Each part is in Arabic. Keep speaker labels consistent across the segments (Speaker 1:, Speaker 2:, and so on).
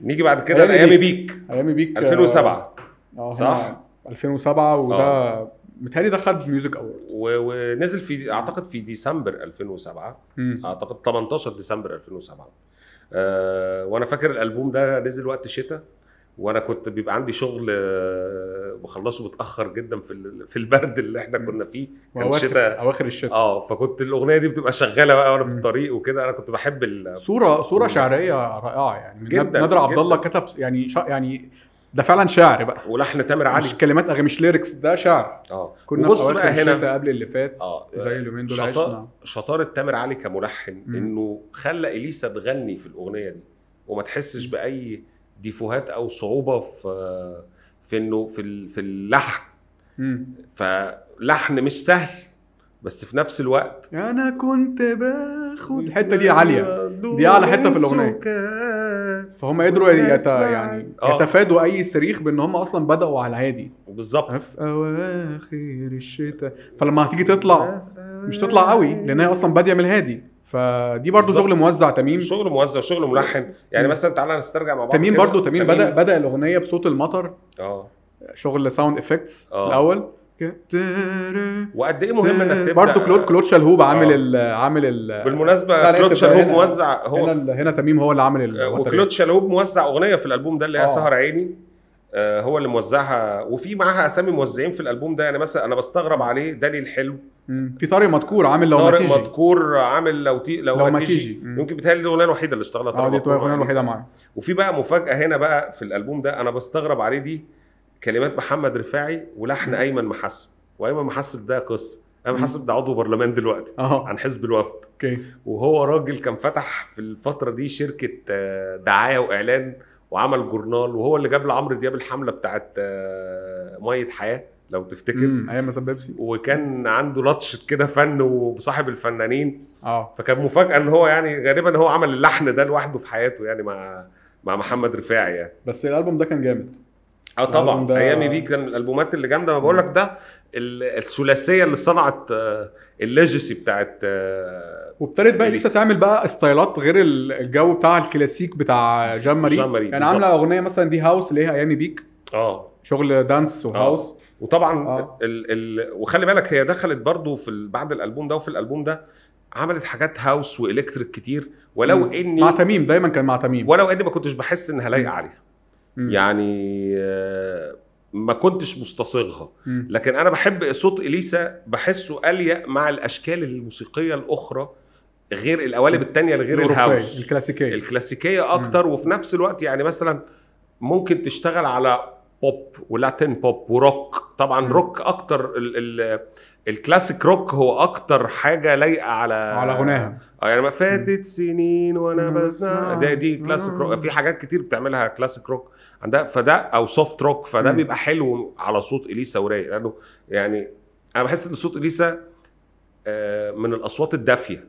Speaker 1: نيجي بعد كده
Speaker 2: أيامي
Speaker 1: لايام بيك
Speaker 2: ايامي بيك آه،
Speaker 1: 2007
Speaker 2: اه
Speaker 1: صح؟ آه.
Speaker 2: صح 2007 وده متهيألي ده خد ميوزك اوورد
Speaker 1: و- ونزل في اعتقد في ديسمبر 2007
Speaker 2: آه،
Speaker 1: اعتقد 18 ديسمبر 2007 أه وانا فاكر الالبوم ده نزل وقت شتاء وانا كنت بيبقى عندي شغل آه، بخلصه متاخر جدا في ال- في البرد اللي احنا كنا فيه كان شتاء
Speaker 2: اواخر الشتاء
Speaker 1: اه فكنت الاغنيه دي بتبقى شغاله بقى وانا في
Speaker 2: مم.
Speaker 1: الطريق وكده انا كنت بحب ال...
Speaker 2: صوره صوره
Speaker 1: مم.
Speaker 2: شعريه رائعه يعني من
Speaker 1: جداً،
Speaker 2: نادر عبد
Speaker 1: جداً.
Speaker 2: الله كتب يعني شا يعني ده فعلا شعر بقى
Speaker 1: ولحن تامر علي
Speaker 2: مش كلمات اغاني مش ليركس ده شعر
Speaker 1: اه
Speaker 2: كنا
Speaker 1: وبص
Speaker 2: في
Speaker 1: بقى
Speaker 2: اواخر
Speaker 1: هنا.
Speaker 2: الشتاء قبل اللي فات
Speaker 1: اه
Speaker 2: زي اليومين دول
Speaker 1: شطاء.
Speaker 2: عشنا
Speaker 1: شطاره تامر علي كملحن
Speaker 2: مم.
Speaker 1: انه خلى اليسا تغني في الاغنيه دي وما تحسش باي ديفوهات او صعوبه في في انه في ال- في اللحن
Speaker 2: مم.
Speaker 1: فلحن مش سهل بس في نفس الوقت
Speaker 2: انا كنت باخد الحته دي عاليه دي أعلى حتة في الأغنية. فهم قدروا يت... يعني
Speaker 1: آه.
Speaker 2: يتفادوا اي صريخ بان هم اصلا بداوا على الهادي
Speaker 1: بالظبط
Speaker 2: في اواخر الشتاء فلما هتيجي تطلع مش تطلع قوي لان هي اصلا باديه من الهادي فدي برضو
Speaker 1: بالظبط.
Speaker 2: شغل موزع تميم
Speaker 1: شغل موزع شغل ملحن يعني
Speaker 2: مم.
Speaker 1: مثلا تعالى نسترجع مع بعض
Speaker 2: تميم
Speaker 1: كده.
Speaker 2: برضو تميم بدا بدا الاغنيه بصوت المطر
Speaker 1: اه
Speaker 2: شغل ساوند افكتس
Speaker 1: آه.
Speaker 2: الاول
Speaker 1: وقد ايه مهم انك تبدا
Speaker 2: برضه كلود كلود شلهوب عامل
Speaker 1: آه.
Speaker 2: ال عامل ال لا،
Speaker 1: بالمناسبه
Speaker 2: لا،
Speaker 1: كلود
Speaker 2: اسف،
Speaker 1: شالهوب
Speaker 2: هنا-
Speaker 1: موزع هو
Speaker 2: هنا ال- هنا تميم هو اللي عامل ال-
Speaker 1: آه،
Speaker 2: الوتر
Speaker 1: وكلود شالهوب موزع اغنيه في الالبوم ده اللي هي
Speaker 2: آه.
Speaker 1: سهر عيني آه، هو اللي موزعها وفي معاها اسامي موزعين في الالبوم ده يعني مثلا انا بستغرب عليه داني الحلو
Speaker 2: مم. في طارق مدكور عامل لو ما
Speaker 1: طارق
Speaker 2: تيجي
Speaker 1: مدكور عامل لو تي... لو,
Speaker 2: لو ما
Speaker 1: هتيجي.
Speaker 2: تيجي. مم.
Speaker 1: يمكن بيتهيألي دي الاغنيه الوحيده اللي اشتغلها
Speaker 2: اه
Speaker 1: طارق
Speaker 2: دي
Speaker 1: مدكور
Speaker 2: الأغنية الوحيده
Speaker 1: وعيسى.
Speaker 2: معاه
Speaker 1: وفي بقى مفاجاه هنا بقى في الالبوم ده انا بستغرب عليه دي كلمات محمد رفاعي ولحن
Speaker 2: مم.
Speaker 1: ايمن محسب وايمن محسب ده قصه ايمن
Speaker 2: مم.
Speaker 1: محسب ده عضو برلمان دلوقتي
Speaker 2: اه
Speaker 1: عن حزب الوفد
Speaker 2: اوكي
Speaker 1: وهو راجل كان فتح في الفترة دي شركة آه، دعاية وإعلان وعمل جورنال وهو اللي جاب لعمرو دياب الحملة بتاعت آه، مية حياة لو تفتكر
Speaker 2: مم. ايام ما ساب بيبسي
Speaker 1: وكان عنده لطشة كده فن وصاحب الفنانين
Speaker 2: اه
Speaker 1: فكان مفاجأة ان هو يعني غالبا هو عمل اللحن ده لوحده في حياته يعني مع مع محمد رفاعي يعني
Speaker 2: بس الالبوم ده كان جامد
Speaker 1: اه طبعا
Speaker 2: الألبوم آه، ده-
Speaker 1: ايامي بيك كان من الالبومات اللي جامده ما بقول لك ده ال- الثلاثيه اللي صنعت آه، الليجسي بتاعت آه،
Speaker 2: وابتدت بقى
Speaker 1: لسه.
Speaker 2: لسه تعمل بقى ستايلات غير ال- الجو بتاع الكلاسيك بتاع جان ماري
Speaker 1: جان ماري،
Speaker 2: يعني
Speaker 1: بالظبط.
Speaker 2: عامله اغنيه مثلا دي هاوس اللي هي ايامي بيك
Speaker 1: اه
Speaker 2: شغل دانس وهاوس
Speaker 1: وطبعا
Speaker 2: آه.
Speaker 1: ال ال وخلي بالك هي دخلت برضو في ال- بعد الالبوم ده وفي الالبوم ده عملت حاجات هاوس والكتريك كتير ولو
Speaker 2: مم. مع
Speaker 1: اني
Speaker 2: تميم دايما كان مع تميم
Speaker 1: ولو اني ما كنتش بحس انها لايقه عليها
Speaker 2: مم.
Speaker 1: يعني آه، ما كنتش مستصاغها
Speaker 2: مم.
Speaker 1: لكن انا بحب صوت اليسا بحسه اليق مع الاشكال الموسيقيه الاخرى غير القوالب التانية اللي غير
Speaker 2: الأوروبية،
Speaker 1: الهاوس
Speaker 2: الكلاسيكيه
Speaker 1: الكلاسيكيه اكتر وفي نفس الوقت يعني مثلا ممكن تشتغل على بوب ولاتين بوب وروك طبعا
Speaker 2: مم.
Speaker 1: روك اكتر ال ال الكلاسيك روك هو اكتر حاجه لايقه على
Speaker 2: على غناها
Speaker 1: آه، يعني ما فاتت سنين وانا
Speaker 2: وأنا
Speaker 1: بسمع
Speaker 2: بسمع. آه.
Speaker 1: ده دي كلاسيك روك في حاجات كتير بتعملها كلاسيك روك عندها فده او سوفت روك فده
Speaker 2: مم.
Speaker 1: بيبقى حلو على صوت اليسا ورايق لانه يعني انا بحس ان صوت اليسا آه، من الاصوات الدافيه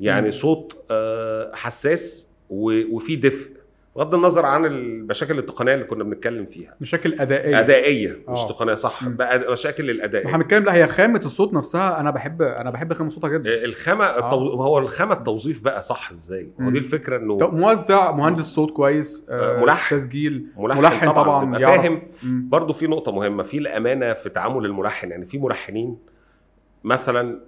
Speaker 1: يعني
Speaker 2: مم.
Speaker 1: صوت آه، حساس و- وفيه دفء بغض النظر عن المشاكل التقنيه اللي كنا بنتكلم فيها
Speaker 2: مشاكل ادائيه
Speaker 1: ادائيه مش
Speaker 2: آه.
Speaker 1: تقنيه صح
Speaker 2: مم.
Speaker 1: بقى مشاكل
Speaker 2: ما
Speaker 1: الادائيه
Speaker 2: احنا بنتكلم لا هي خامه الصوت نفسها انا بحب انا بحب خامه صوتها جدا
Speaker 1: آه، الخامه التو... هو الخامه التوظيف بقى صح ازاي هو دي
Speaker 2: مم.
Speaker 1: الفكره انه
Speaker 2: طب موزع مهندس صوت كويس آه،
Speaker 1: ملحن.
Speaker 2: تسجيل
Speaker 1: ملحن,
Speaker 2: ملحن طبعا,
Speaker 1: بيبقى
Speaker 2: يعرف.
Speaker 1: فاهم
Speaker 2: مم.
Speaker 1: برضه في نقطة مهمة في الأمانة في تعامل الملحن يعني في ملحنين مثلا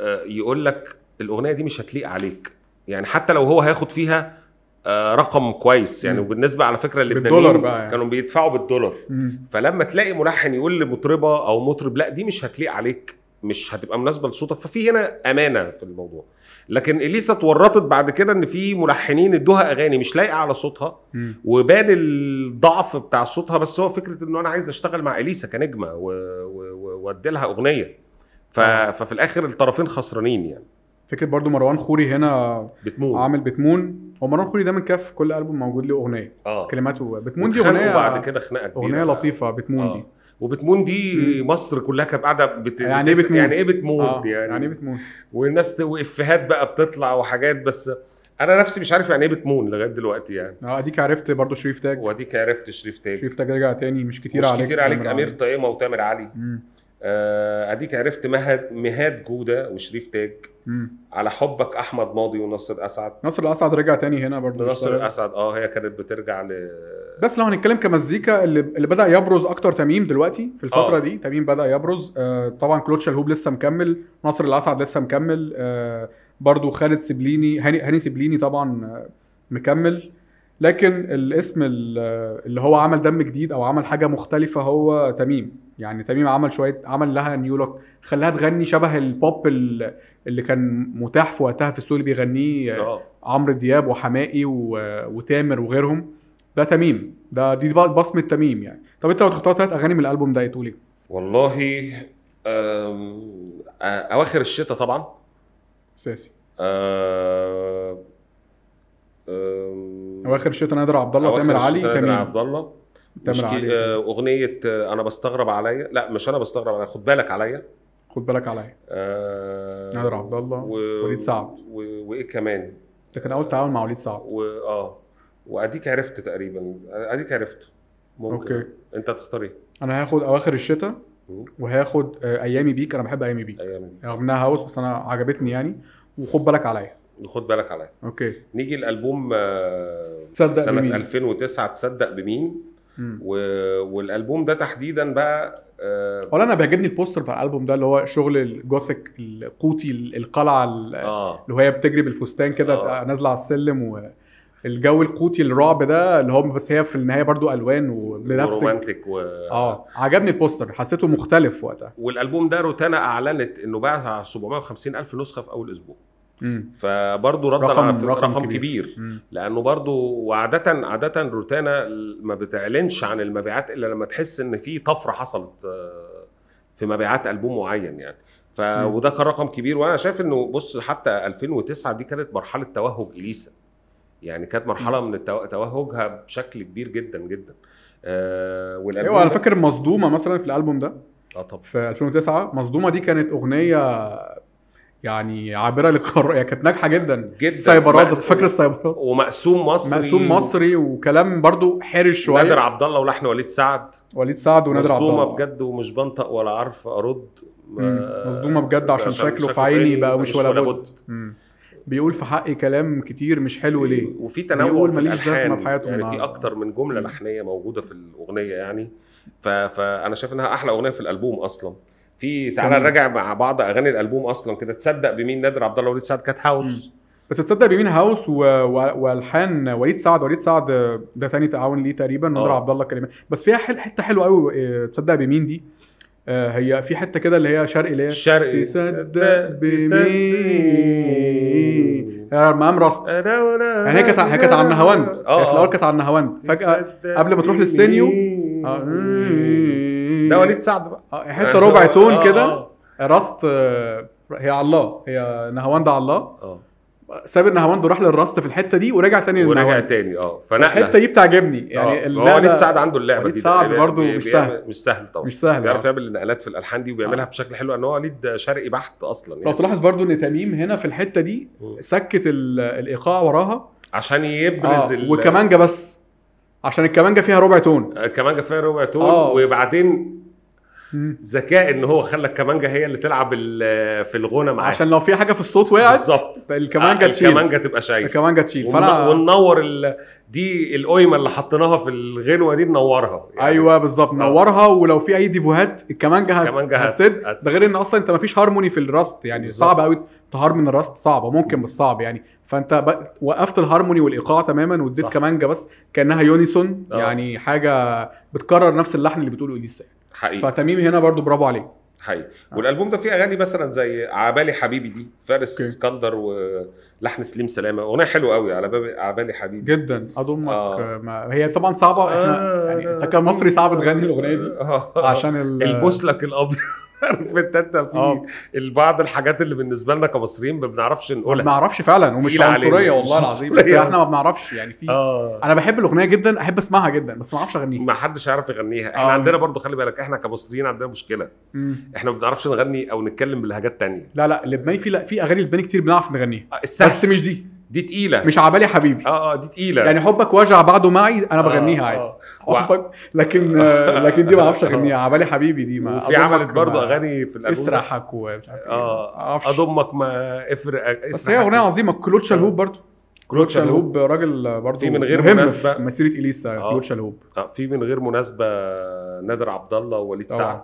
Speaker 1: آه، يقول لك الأغنية دي مش هتليق عليك يعني حتى لو هو هياخد فيها آه، رقم كويس يعني
Speaker 2: مم.
Speaker 1: وبالنسبة على فكرة
Speaker 2: بالدولار
Speaker 1: اللبنانيين
Speaker 2: بقى يعني.
Speaker 1: كانوا بيدفعوا بالدولار
Speaker 2: مم.
Speaker 1: فلما تلاقي ملحن يقول لمطربة أو مطرب لا دي مش هتليق عليك مش هتبقى مناسبة لصوتك ففي هنا أمانة في الموضوع لكن إليسا اتورطت بعد كده إن في ملحنين ادوها أغاني مش لايقة على صوتها
Speaker 2: مم.
Speaker 1: وبان الضعف بتاع صوتها بس هو فكره انه انا عايز اشتغل مع اليسا كنجمه و- و- و- وادي لها اغنيه ف...
Speaker 2: آه.
Speaker 1: ففي الاخر الطرفين خسرانين يعني
Speaker 2: فكره برضو مروان خوري هنا
Speaker 1: بتموت
Speaker 2: عامل بتمون هو مروان خوري دايما كان في كل البوم موجود له اغنيه
Speaker 1: اه
Speaker 2: كلماته بتمون دي
Speaker 1: اتخانقوا
Speaker 2: اغنيه
Speaker 1: بعد كده خناقه كبيره
Speaker 2: اغنيه
Speaker 1: بقى.
Speaker 2: لطيفه بتمون
Speaker 1: آه.
Speaker 2: دي
Speaker 1: وبتمون دي
Speaker 2: مم.
Speaker 1: مصر كلها كانت قاعده بت...
Speaker 2: يعني إيه
Speaker 1: بتسأل
Speaker 2: بتمون؟
Speaker 1: يعني ايه بتموت
Speaker 2: آه.
Speaker 1: يعني,
Speaker 2: يعني ايه بتمون
Speaker 1: والناس ت- وافيهات بقى بتطلع وحاجات بس انا نفسي مش عارف يعني ايه بتمون لغايه دلوقتي يعني
Speaker 2: اه اديك عرفت برضو شريف تاج
Speaker 1: واديك عرفت شريف تاج
Speaker 2: شريف تاج رجع تاني مش كتير
Speaker 1: مش
Speaker 2: عليك
Speaker 1: كتير عليك
Speaker 2: تامر
Speaker 1: امير طيمه وتامر علي
Speaker 2: مم.
Speaker 1: آه، آه، اديك عرفت مهد مهاد جوده وشريف تاج
Speaker 2: مم.
Speaker 1: على حبك احمد ماضي ونصر اسعد
Speaker 2: نصر الاسعد رجع تاني هنا برضه
Speaker 1: نصر اسعد اه هي كانت بترجع ل
Speaker 2: بس لو هنتكلم كمزيكا اللي, اللي بدا يبرز اكتر تميم دلوقتي في الفتره
Speaker 1: آه.
Speaker 2: دي تميم بدا يبرز آه طبعا كلود شلهوب لسه مكمل ناصر الاسعد لسه مكمل آه برضو خالد سبليني هاني هاني سبليني طبعا آه مكمل لكن الاسم ال- آه، اللي هو عمل دم جديد او عمل حاجه مختلفه هو تميم يعني تميم عمل شويه عمل لها نيو لوك خلاها تغني شبه البوب ال- اللي كان متاح في وقتها في السوق اللي بيغنيه آه،
Speaker 1: اه
Speaker 2: عمرو دياب وحماقي و- وتامر وغيرهم ده تميم ده دي بقى بصمه تميم يعني طب انت لو تختار ثلاث اغاني من الالبوم ده تقول ايه؟
Speaker 1: والله آم، آه، اواخر الشتاء طبعا
Speaker 2: اساسي
Speaker 1: آه، آم،
Speaker 2: اواخر الشتاء نادر عبد الله
Speaker 1: أواخر
Speaker 2: تامر علي
Speaker 1: الشتاء نادر
Speaker 2: تميم
Speaker 1: عبد الله
Speaker 2: تامر
Speaker 1: مش
Speaker 2: علي.
Speaker 1: علي. اغنيه آه، انا بستغرب عليا لا مش انا بستغرب عليا خد بالك عليا
Speaker 2: خد بالك عليا
Speaker 1: آه،
Speaker 2: نادر عبد الله،
Speaker 1: و-
Speaker 2: وليد سعد.
Speaker 1: و- وايه كمان
Speaker 2: ده كان اول تعاون مع وليد سعد
Speaker 1: و... اه واديك عرفت تقريبا اديك عرفت ممكن
Speaker 2: أوكي.
Speaker 1: انت تختار ايه
Speaker 2: انا هاخد اواخر الشتاء
Speaker 1: مم.
Speaker 2: وهاخد آه، ايامي بيك انا بحب ايامي بيك
Speaker 1: ايام دي.
Speaker 2: رغم انها هاوس بس انا عجبتني يعني وخد بالك عليا
Speaker 1: خد بالك عليا
Speaker 2: اوكي
Speaker 1: نيجي الالبوم آه،
Speaker 2: تصدق
Speaker 1: سنه
Speaker 2: بمين؟
Speaker 1: 2009 تصدق بمين
Speaker 2: مم.
Speaker 1: و... والالبوم ده تحديدا بقى اه,
Speaker 2: ولا انا بيعجبني البوستر بتاع الالبوم ده اللي هو شغل الجوثيك القوطي القلعه ال-
Speaker 1: آه.
Speaker 2: اللي هي بتجري بالفستان كده
Speaker 1: آه.
Speaker 2: نازله على السلم والجو القوطي الرعب ده اللي هو بس هي في النهايه برضو الوان وبنفس
Speaker 1: ورومانتك و...
Speaker 2: اه عجبني البوستر حسيته مختلف وقتها
Speaker 1: والالبوم ده روتانا اعلنت انه باع 750 الف نسخه في اول اسبوع
Speaker 2: امم
Speaker 1: فبرضه ردا
Speaker 2: رقم-
Speaker 1: على
Speaker 2: رقم
Speaker 1: رقم, رقم
Speaker 2: كبير.
Speaker 1: كبير. لانه برضو وعاده عاده روتانا ما بتعلنش عن المبيعات الا لما تحس ان في طفره حصلت آه، في مبيعات البوم معين يعني ف
Speaker 2: مم.
Speaker 1: وده كان رقم كبير وانا شايف انه بص حتى 2009 دي كانت مرحله توهج اليسا يعني كانت مرحله من التو- توهجها بشكل كبير جدا جدا آه والالبوم
Speaker 2: ايوه انا
Speaker 1: ده-
Speaker 2: فاكر مصدومه مثلا في الالبوم ده
Speaker 1: اه طبعا
Speaker 2: في 2009 مصدومه دي كانت اغنيه يعني عابره للقارة يعني كانت ناجحه جدا
Speaker 1: جدا
Speaker 2: سايبرات
Speaker 1: ومقس-
Speaker 2: فاكر السايبرات
Speaker 1: ومقسوم مصري
Speaker 2: مقسوم مصري وكلام برضو حرش شويه
Speaker 1: نادر عبد الله ولحن وليد سعد
Speaker 2: وليد سعد ونادر عبد
Speaker 1: مصدومه
Speaker 2: الله
Speaker 1: بجد ومش بنطق ولا عارف ارد
Speaker 2: مم. مصدومه بجد عشان شكله في عيني بقى مش ولا بد مم. بيقول في حقي كلام كتير مش حلو ليه
Speaker 1: وفي تنوع
Speaker 2: بيقول
Speaker 1: في
Speaker 2: ماليش لازمة
Speaker 1: الالحان
Speaker 2: في حياته
Speaker 1: يعني
Speaker 2: مع-
Speaker 1: في اكتر من جمله
Speaker 2: مم.
Speaker 1: لحنيه موجوده في الاغنيه يعني ف... فانا شايف انها احلى اغنيه في الالبوم اصلا في تعالى
Speaker 2: تمام.
Speaker 1: نراجع مع بعض اغاني الالبوم اصلا كده تصدق بمين نادر عبد الله وليد سعد كات هاوس
Speaker 2: بس تصدق بيمين هاوس و... و... والحان وليد سعد وليد سعد ده ثاني تعاون ليه تقريبا ونادر
Speaker 1: آه.
Speaker 2: عبد الله كلمات بس فيها حل... حته حلوه قوي تصدق بمين دي آه، هي في حته كده اللي هي شرق ليه
Speaker 1: الشرقي
Speaker 2: تصدق بمين آه، مقام راست يعني هي كانت هي كانت عن
Speaker 1: آه،
Speaker 2: نهاوند هي في الاول كانت عن نهاوند فجاه قبل ما تروح للسينيو، آه،
Speaker 1: ده وليد سعد بقى
Speaker 2: آه، حته ربع تون
Speaker 1: آه،
Speaker 2: كده
Speaker 1: آه،
Speaker 2: راست آه، هي على الله هي نهاوند على الله
Speaker 1: اه
Speaker 2: ساب النهاوند وراح للراست في الحته دي ورجع تاني
Speaker 1: ورجع
Speaker 2: للنهاوند
Speaker 1: تاني اه
Speaker 2: الحته
Speaker 1: فنقله
Speaker 2: دي بتعجبني
Speaker 1: يعني
Speaker 2: يعني
Speaker 1: هو وليد سعد عنده اللعبه
Speaker 2: وليد
Speaker 1: دي
Speaker 2: سعد
Speaker 1: بي-
Speaker 2: برضه
Speaker 1: بي-
Speaker 2: مش
Speaker 1: بيعمل-
Speaker 2: سهل.
Speaker 1: مش سهل طبعا
Speaker 2: مش سهل
Speaker 1: بيعرف
Speaker 2: آه.
Speaker 1: يعمل النقلات في الالحان دي وبيعملها
Speaker 2: آه.
Speaker 1: بشكل حلو ان هو وليد شرقي بحت اصلا
Speaker 2: لو
Speaker 1: يعني
Speaker 2: تلاحظ برضو ان تميم هنا في الحته دي
Speaker 1: مم.
Speaker 2: سكت ال- الايقاع وراها
Speaker 1: عشان يبرز
Speaker 2: اه
Speaker 1: ال-
Speaker 2: والكمانجه بس عشان الكمانجه فيها ربع تون
Speaker 1: آه، كمانجه فيها ربع تون
Speaker 2: آه.
Speaker 1: وبعدين
Speaker 2: مم.
Speaker 1: ذكاء ان هو خلى الكمانجه هي اللي تلعب ال- في الغنى معاه
Speaker 2: عشان لو في حاجه في الصوت وقعت
Speaker 1: بالظبط
Speaker 2: الكمانجه
Speaker 1: آه،
Speaker 2: تشيل
Speaker 1: الكمانجه تبقى شايله
Speaker 2: الكمانجه تشيل
Speaker 1: فانا
Speaker 2: فانا
Speaker 1: وننور ال... دي القيمه اللي حطيناها في الغنوه دي ننورها يعني
Speaker 2: ايوه بالظبط نورها ولو في اي ديفوهات الكمانجه هت-
Speaker 1: الكمانجة هت-
Speaker 2: هتسد
Speaker 1: هت-
Speaker 2: ده غير ان اصلا انت مفيش هارموني في الراست يعني
Speaker 1: بالظبط.
Speaker 2: صعب قوي تهارمون الراست صعبه ممكن بس صعب يعني فانت ب... وقفت الهارموني والايقاع تماما واديت
Speaker 1: صح.
Speaker 2: كمانجه بس كانها يونيسون
Speaker 1: آه.
Speaker 2: يعني حاجه بتكرر نفس اللحن اللي بتقوله اليسا
Speaker 1: حقيقي
Speaker 2: فتميم هنا برضو برافو عليه
Speaker 1: حقيقي والالبوم ده فيه اغاني مثلا زي عبالي حبيبي دي فارس
Speaker 2: أوكي.
Speaker 1: اسكندر ولحن سليم سلامه اغنيه حلوه قوي على باب عبالي حبيبي
Speaker 2: جدا اضمك
Speaker 1: آه.
Speaker 2: ما... هي طبعا صعبه احنا يعني انت كمصري صعب تغني الاغنيه دي
Speaker 1: عشان
Speaker 2: عشان ال...
Speaker 1: البوس لك الابيض آه. عارف انت انت
Speaker 2: آه.
Speaker 1: في بعض الحاجات اللي بالنسبه لنا كمصريين ما بنعرفش
Speaker 2: ما
Speaker 1: نقولها
Speaker 2: بنعرفش فعلا ومش
Speaker 1: تقيلة علينا.
Speaker 2: عنصريه
Speaker 1: مش
Speaker 2: والله العظيم بس
Speaker 1: عنصرية.
Speaker 2: احنا ما بنعرفش يعني في
Speaker 1: اه
Speaker 2: انا بحب الاغنيه جدا احب اسمعها جدا بس ما اعرفش اغنيها
Speaker 1: ما حدش يعرف يغنيها احنا
Speaker 2: آه.
Speaker 1: عندنا برضو خلي بالك احنا كمصريين عندنا مشكله
Speaker 2: مم.
Speaker 1: احنا ما بنعرفش نغني او نتكلم بلهجات تانية
Speaker 2: لا لا اللبناني في لا في اغاني لبناني كتير بنعرف نغنيها
Speaker 1: آه، السهل
Speaker 2: بس مش دي
Speaker 1: دي تقيله
Speaker 2: مش عبالي حبيبي
Speaker 1: اه اه دي تقيله
Speaker 2: يعني حبك وجع بعده معي انا
Speaker 1: آه،
Speaker 2: بغنيها عادي
Speaker 1: آه. وع-
Speaker 2: حبك لكن آه، لكن دي ما اعرفش اغنيها عبالي حبيبي دي ما
Speaker 1: وفي
Speaker 2: أضمك
Speaker 1: عملت برضه
Speaker 2: ما
Speaker 1: اغاني في الالبوم ده.
Speaker 2: اسرحك ومش عارف إيه.
Speaker 1: آه،
Speaker 2: ما اعرفش
Speaker 1: اضمك ما افرق
Speaker 2: بس هي اغنيه عظيمه كلود شالهوب برضه كلود
Speaker 1: كلوتش الهوب
Speaker 2: شالهوب راجل برضه
Speaker 1: في من غير
Speaker 2: مهم
Speaker 1: مناسبة.
Speaker 2: في مسيره اليسا
Speaker 1: آه.
Speaker 2: كلود شالهوب
Speaker 1: آه، في من غير مناسبه نادر عبد الله ووليد
Speaker 2: طبعاً.
Speaker 1: سعد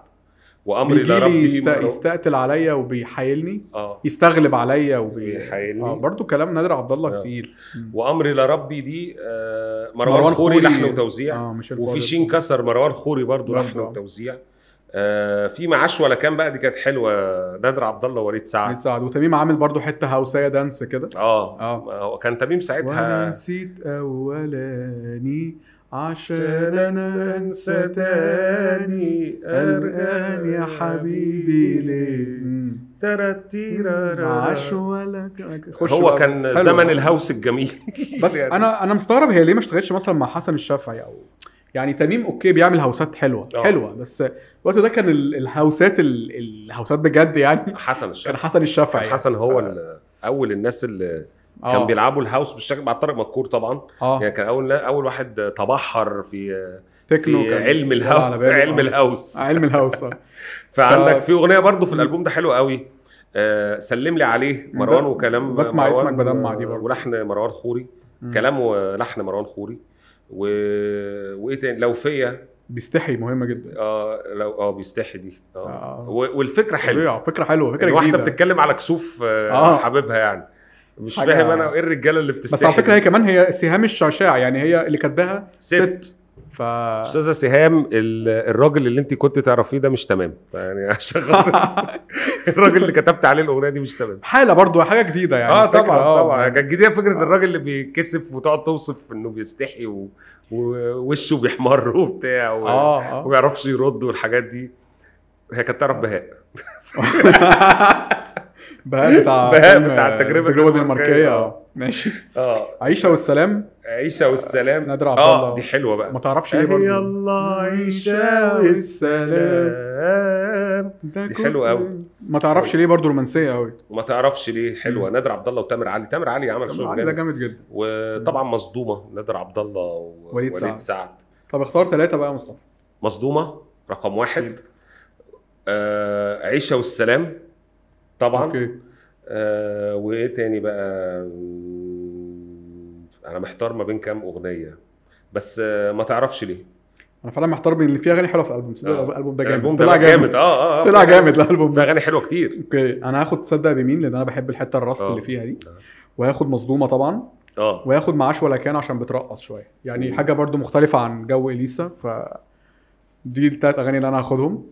Speaker 1: وامري
Speaker 2: بيجي لي يست...
Speaker 1: لربي
Speaker 2: يستقتل عليا وبيحايلني
Speaker 1: اه
Speaker 2: يستغلب عليا وبي
Speaker 1: بيحايلني.
Speaker 2: آه برضه كلام نادر عبد الله
Speaker 1: آه.
Speaker 2: تقيل
Speaker 1: وامري لربي دي آه،
Speaker 2: مروان
Speaker 1: مروان خوري
Speaker 2: خوري.
Speaker 1: لحن وتوزيع
Speaker 2: اه مش
Speaker 1: وفي
Speaker 2: الفاضل.
Speaker 1: شين كسر مروان خوري برضو
Speaker 2: برضو.
Speaker 1: لحن وتوزيع آه، في معاش ولا كان بقى دي كانت حلوه نادر عبد الله ووليد
Speaker 2: سعد
Speaker 1: سعد
Speaker 2: سعد وتميم عامل برضه حته هوسيه دانس كده
Speaker 1: اه
Speaker 2: آه.
Speaker 1: هو كان تميم
Speaker 2: وانا
Speaker 1: ساعتها
Speaker 2: نسيت اولاني عشان انا انسى تاني قلقان يا حبيبي ليه معاش ولا ك- خش
Speaker 1: هو
Speaker 2: بقى بس.
Speaker 1: كان
Speaker 2: حلو.
Speaker 1: زمن الهوس الجميل
Speaker 2: بس
Speaker 1: يعني.
Speaker 2: انا انا مستغرب هي ليه ما اشتغلتش مثلا مع حسن الشافعي او يعني تميم اوكي بيعمل هوسات حلوه
Speaker 1: آه.
Speaker 2: حلوه بس الوقت ده كان ال- الهوسات ال- الهوسات بجد يعني
Speaker 1: حسن
Speaker 2: كان
Speaker 1: الشافعي
Speaker 2: حسن الشافعي
Speaker 1: كان حسن هو ال- اول الناس اللي
Speaker 2: آه.
Speaker 1: كان بيلعبوا الهاوس بالشكل بعد طارق مكور طبعا
Speaker 2: اه
Speaker 1: يعني كان اول اول واحد تبحر في
Speaker 2: تكنو
Speaker 1: في
Speaker 2: كان
Speaker 1: علم
Speaker 2: ولا على
Speaker 1: الهاوس علم
Speaker 2: باله. آه.
Speaker 1: الهوس
Speaker 2: علم الهوس آه.
Speaker 1: فعندك
Speaker 2: ف-
Speaker 1: في اغنيه برضو في الالبوم ده حلوه قوي آه سلم لي عليه مروان
Speaker 2: ب-
Speaker 1: وكلام
Speaker 2: بسمع
Speaker 1: مروان
Speaker 2: اسمك بدمع دي برضو.
Speaker 1: ولحن مروان خوري
Speaker 2: مم.
Speaker 1: كلام ولحن مروان خوري و... وايه تاني لو فيا
Speaker 2: بيستحي مهمه جدا
Speaker 1: اه لو اه بيستحي دي اه
Speaker 2: آه.
Speaker 1: و... والفكره حلوه
Speaker 2: فظيعة، فكره حلوه فكره
Speaker 1: يعني واحده
Speaker 2: جديده
Speaker 1: بتتكلم على كسوف آه
Speaker 2: آه.
Speaker 1: حبيبها يعني مش
Speaker 2: حاجة-
Speaker 1: فاهم انا ايه الرجاله اللي بتستحي
Speaker 2: بس على فكره
Speaker 1: دي.
Speaker 2: هي كمان هي سهام الشعشاع يعني هي اللي كاتباها
Speaker 1: ست
Speaker 2: ف
Speaker 1: استاذه سهام ال- الراجل اللي انت كنت تعرفيه ده مش تمام يعني عشان خاطر الراجل اللي كتبت عليه الاغنيه دي مش تمام
Speaker 2: حاله برضو حاجه جديده يعني
Speaker 1: اه
Speaker 2: فكرة،
Speaker 1: طبعا
Speaker 2: آه.
Speaker 1: طبعا كانت جديده فكره
Speaker 2: آه.
Speaker 1: الراجل اللي بيتكسف وتقعد توصف انه بيستحي و- ووشه بيحمر وبتاع و-
Speaker 2: اه اه
Speaker 1: وما يعرفش يرد والحاجات دي هي كانت تعرف بهاء
Speaker 2: بهاء بتاع
Speaker 1: بهاء
Speaker 2: فيلم-
Speaker 1: بتاع التجربة
Speaker 2: التجربه
Speaker 1: الدنماركية،
Speaker 2: الدنماركيه
Speaker 1: آه.
Speaker 2: آه. ماشي
Speaker 1: اه
Speaker 2: عيشه والسلام
Speaker 1: عيشه والسلام
Speaker 2: نادر عبد
Speaker 1: اه دي
Speaker 2: الله
Speaker 1: حلوه بقى
Speaker 2: ما تعرفش ايه برضو
Speaker 1: يلا
Speaker 2: عيشة
Speaker 1: والسلام
Speaker 2: ده
Speaker 1: دي
Speaker 2: كل-
Speaker 1: حلوة أوي.
Speaker 2: ما تعرفش ليه برضو رومانسيه قوي
Speaker 1: وما تعرفش ليه حلوه
Speaker 2: مم.
Speaker 1: نادر عبد الله وتامر علي تامر علي عمل شغل
Speaker 2: ده
Speaker 1: جامد
Speaker 2: جامد جدا
Speaker 1: وطبعا مصدومه نادر عبد الله
Speaker 2: وليد
Speaker 1: ووليد
Speaker 2: سعد.
Speaker 1: سعد.
Speaker 2: طب اختار ثلاثه بقى يا مصطفى
Speaker 1: مصدومه رقم واحد
Speaker 2: أكيد.
Speaker 1: آه عيشه والسلام طبعا
Speaker 2: اوكي
Speaker 1: آه وايه تاني بقى مم، انا محتار ما بين كام اغنيه بس آه ما تعرفش ليه
Speaker 2: انا فعلا محتار بين اللي فيه اغاني حلوه في الالبوم صدق
Speaker 1: آه.
Speaker 2: الالبوم ده جامد
Speaker 1: الالبوم ده
Speaker 2: طلع
Speaker 1: بقى جامد اه اه
Speaker 2: طلع جامد الالبوم
Speaker 1: في
Speaker 2: ده
Speaker 1: اغاني حلوه كتير
Speaker 2: اوكي انا هاخد تصدق بمين لان انا بحب الحته الراست
Speaker 1: آه.
Speaker 2: اللي فيها دي
Speaker 1: آه.
Speaker 2: وهاخد مصدومه طبعا
Speaker 1: اه
Speaker 2: وهاخد معاش ولا كان عشان بترقص شويه يعني
Speaker 1: مم.
Speaker 2: حاجه برضو مختلفه عن جو اليسا ف دي التلات اغاني اللي انا هاخدهم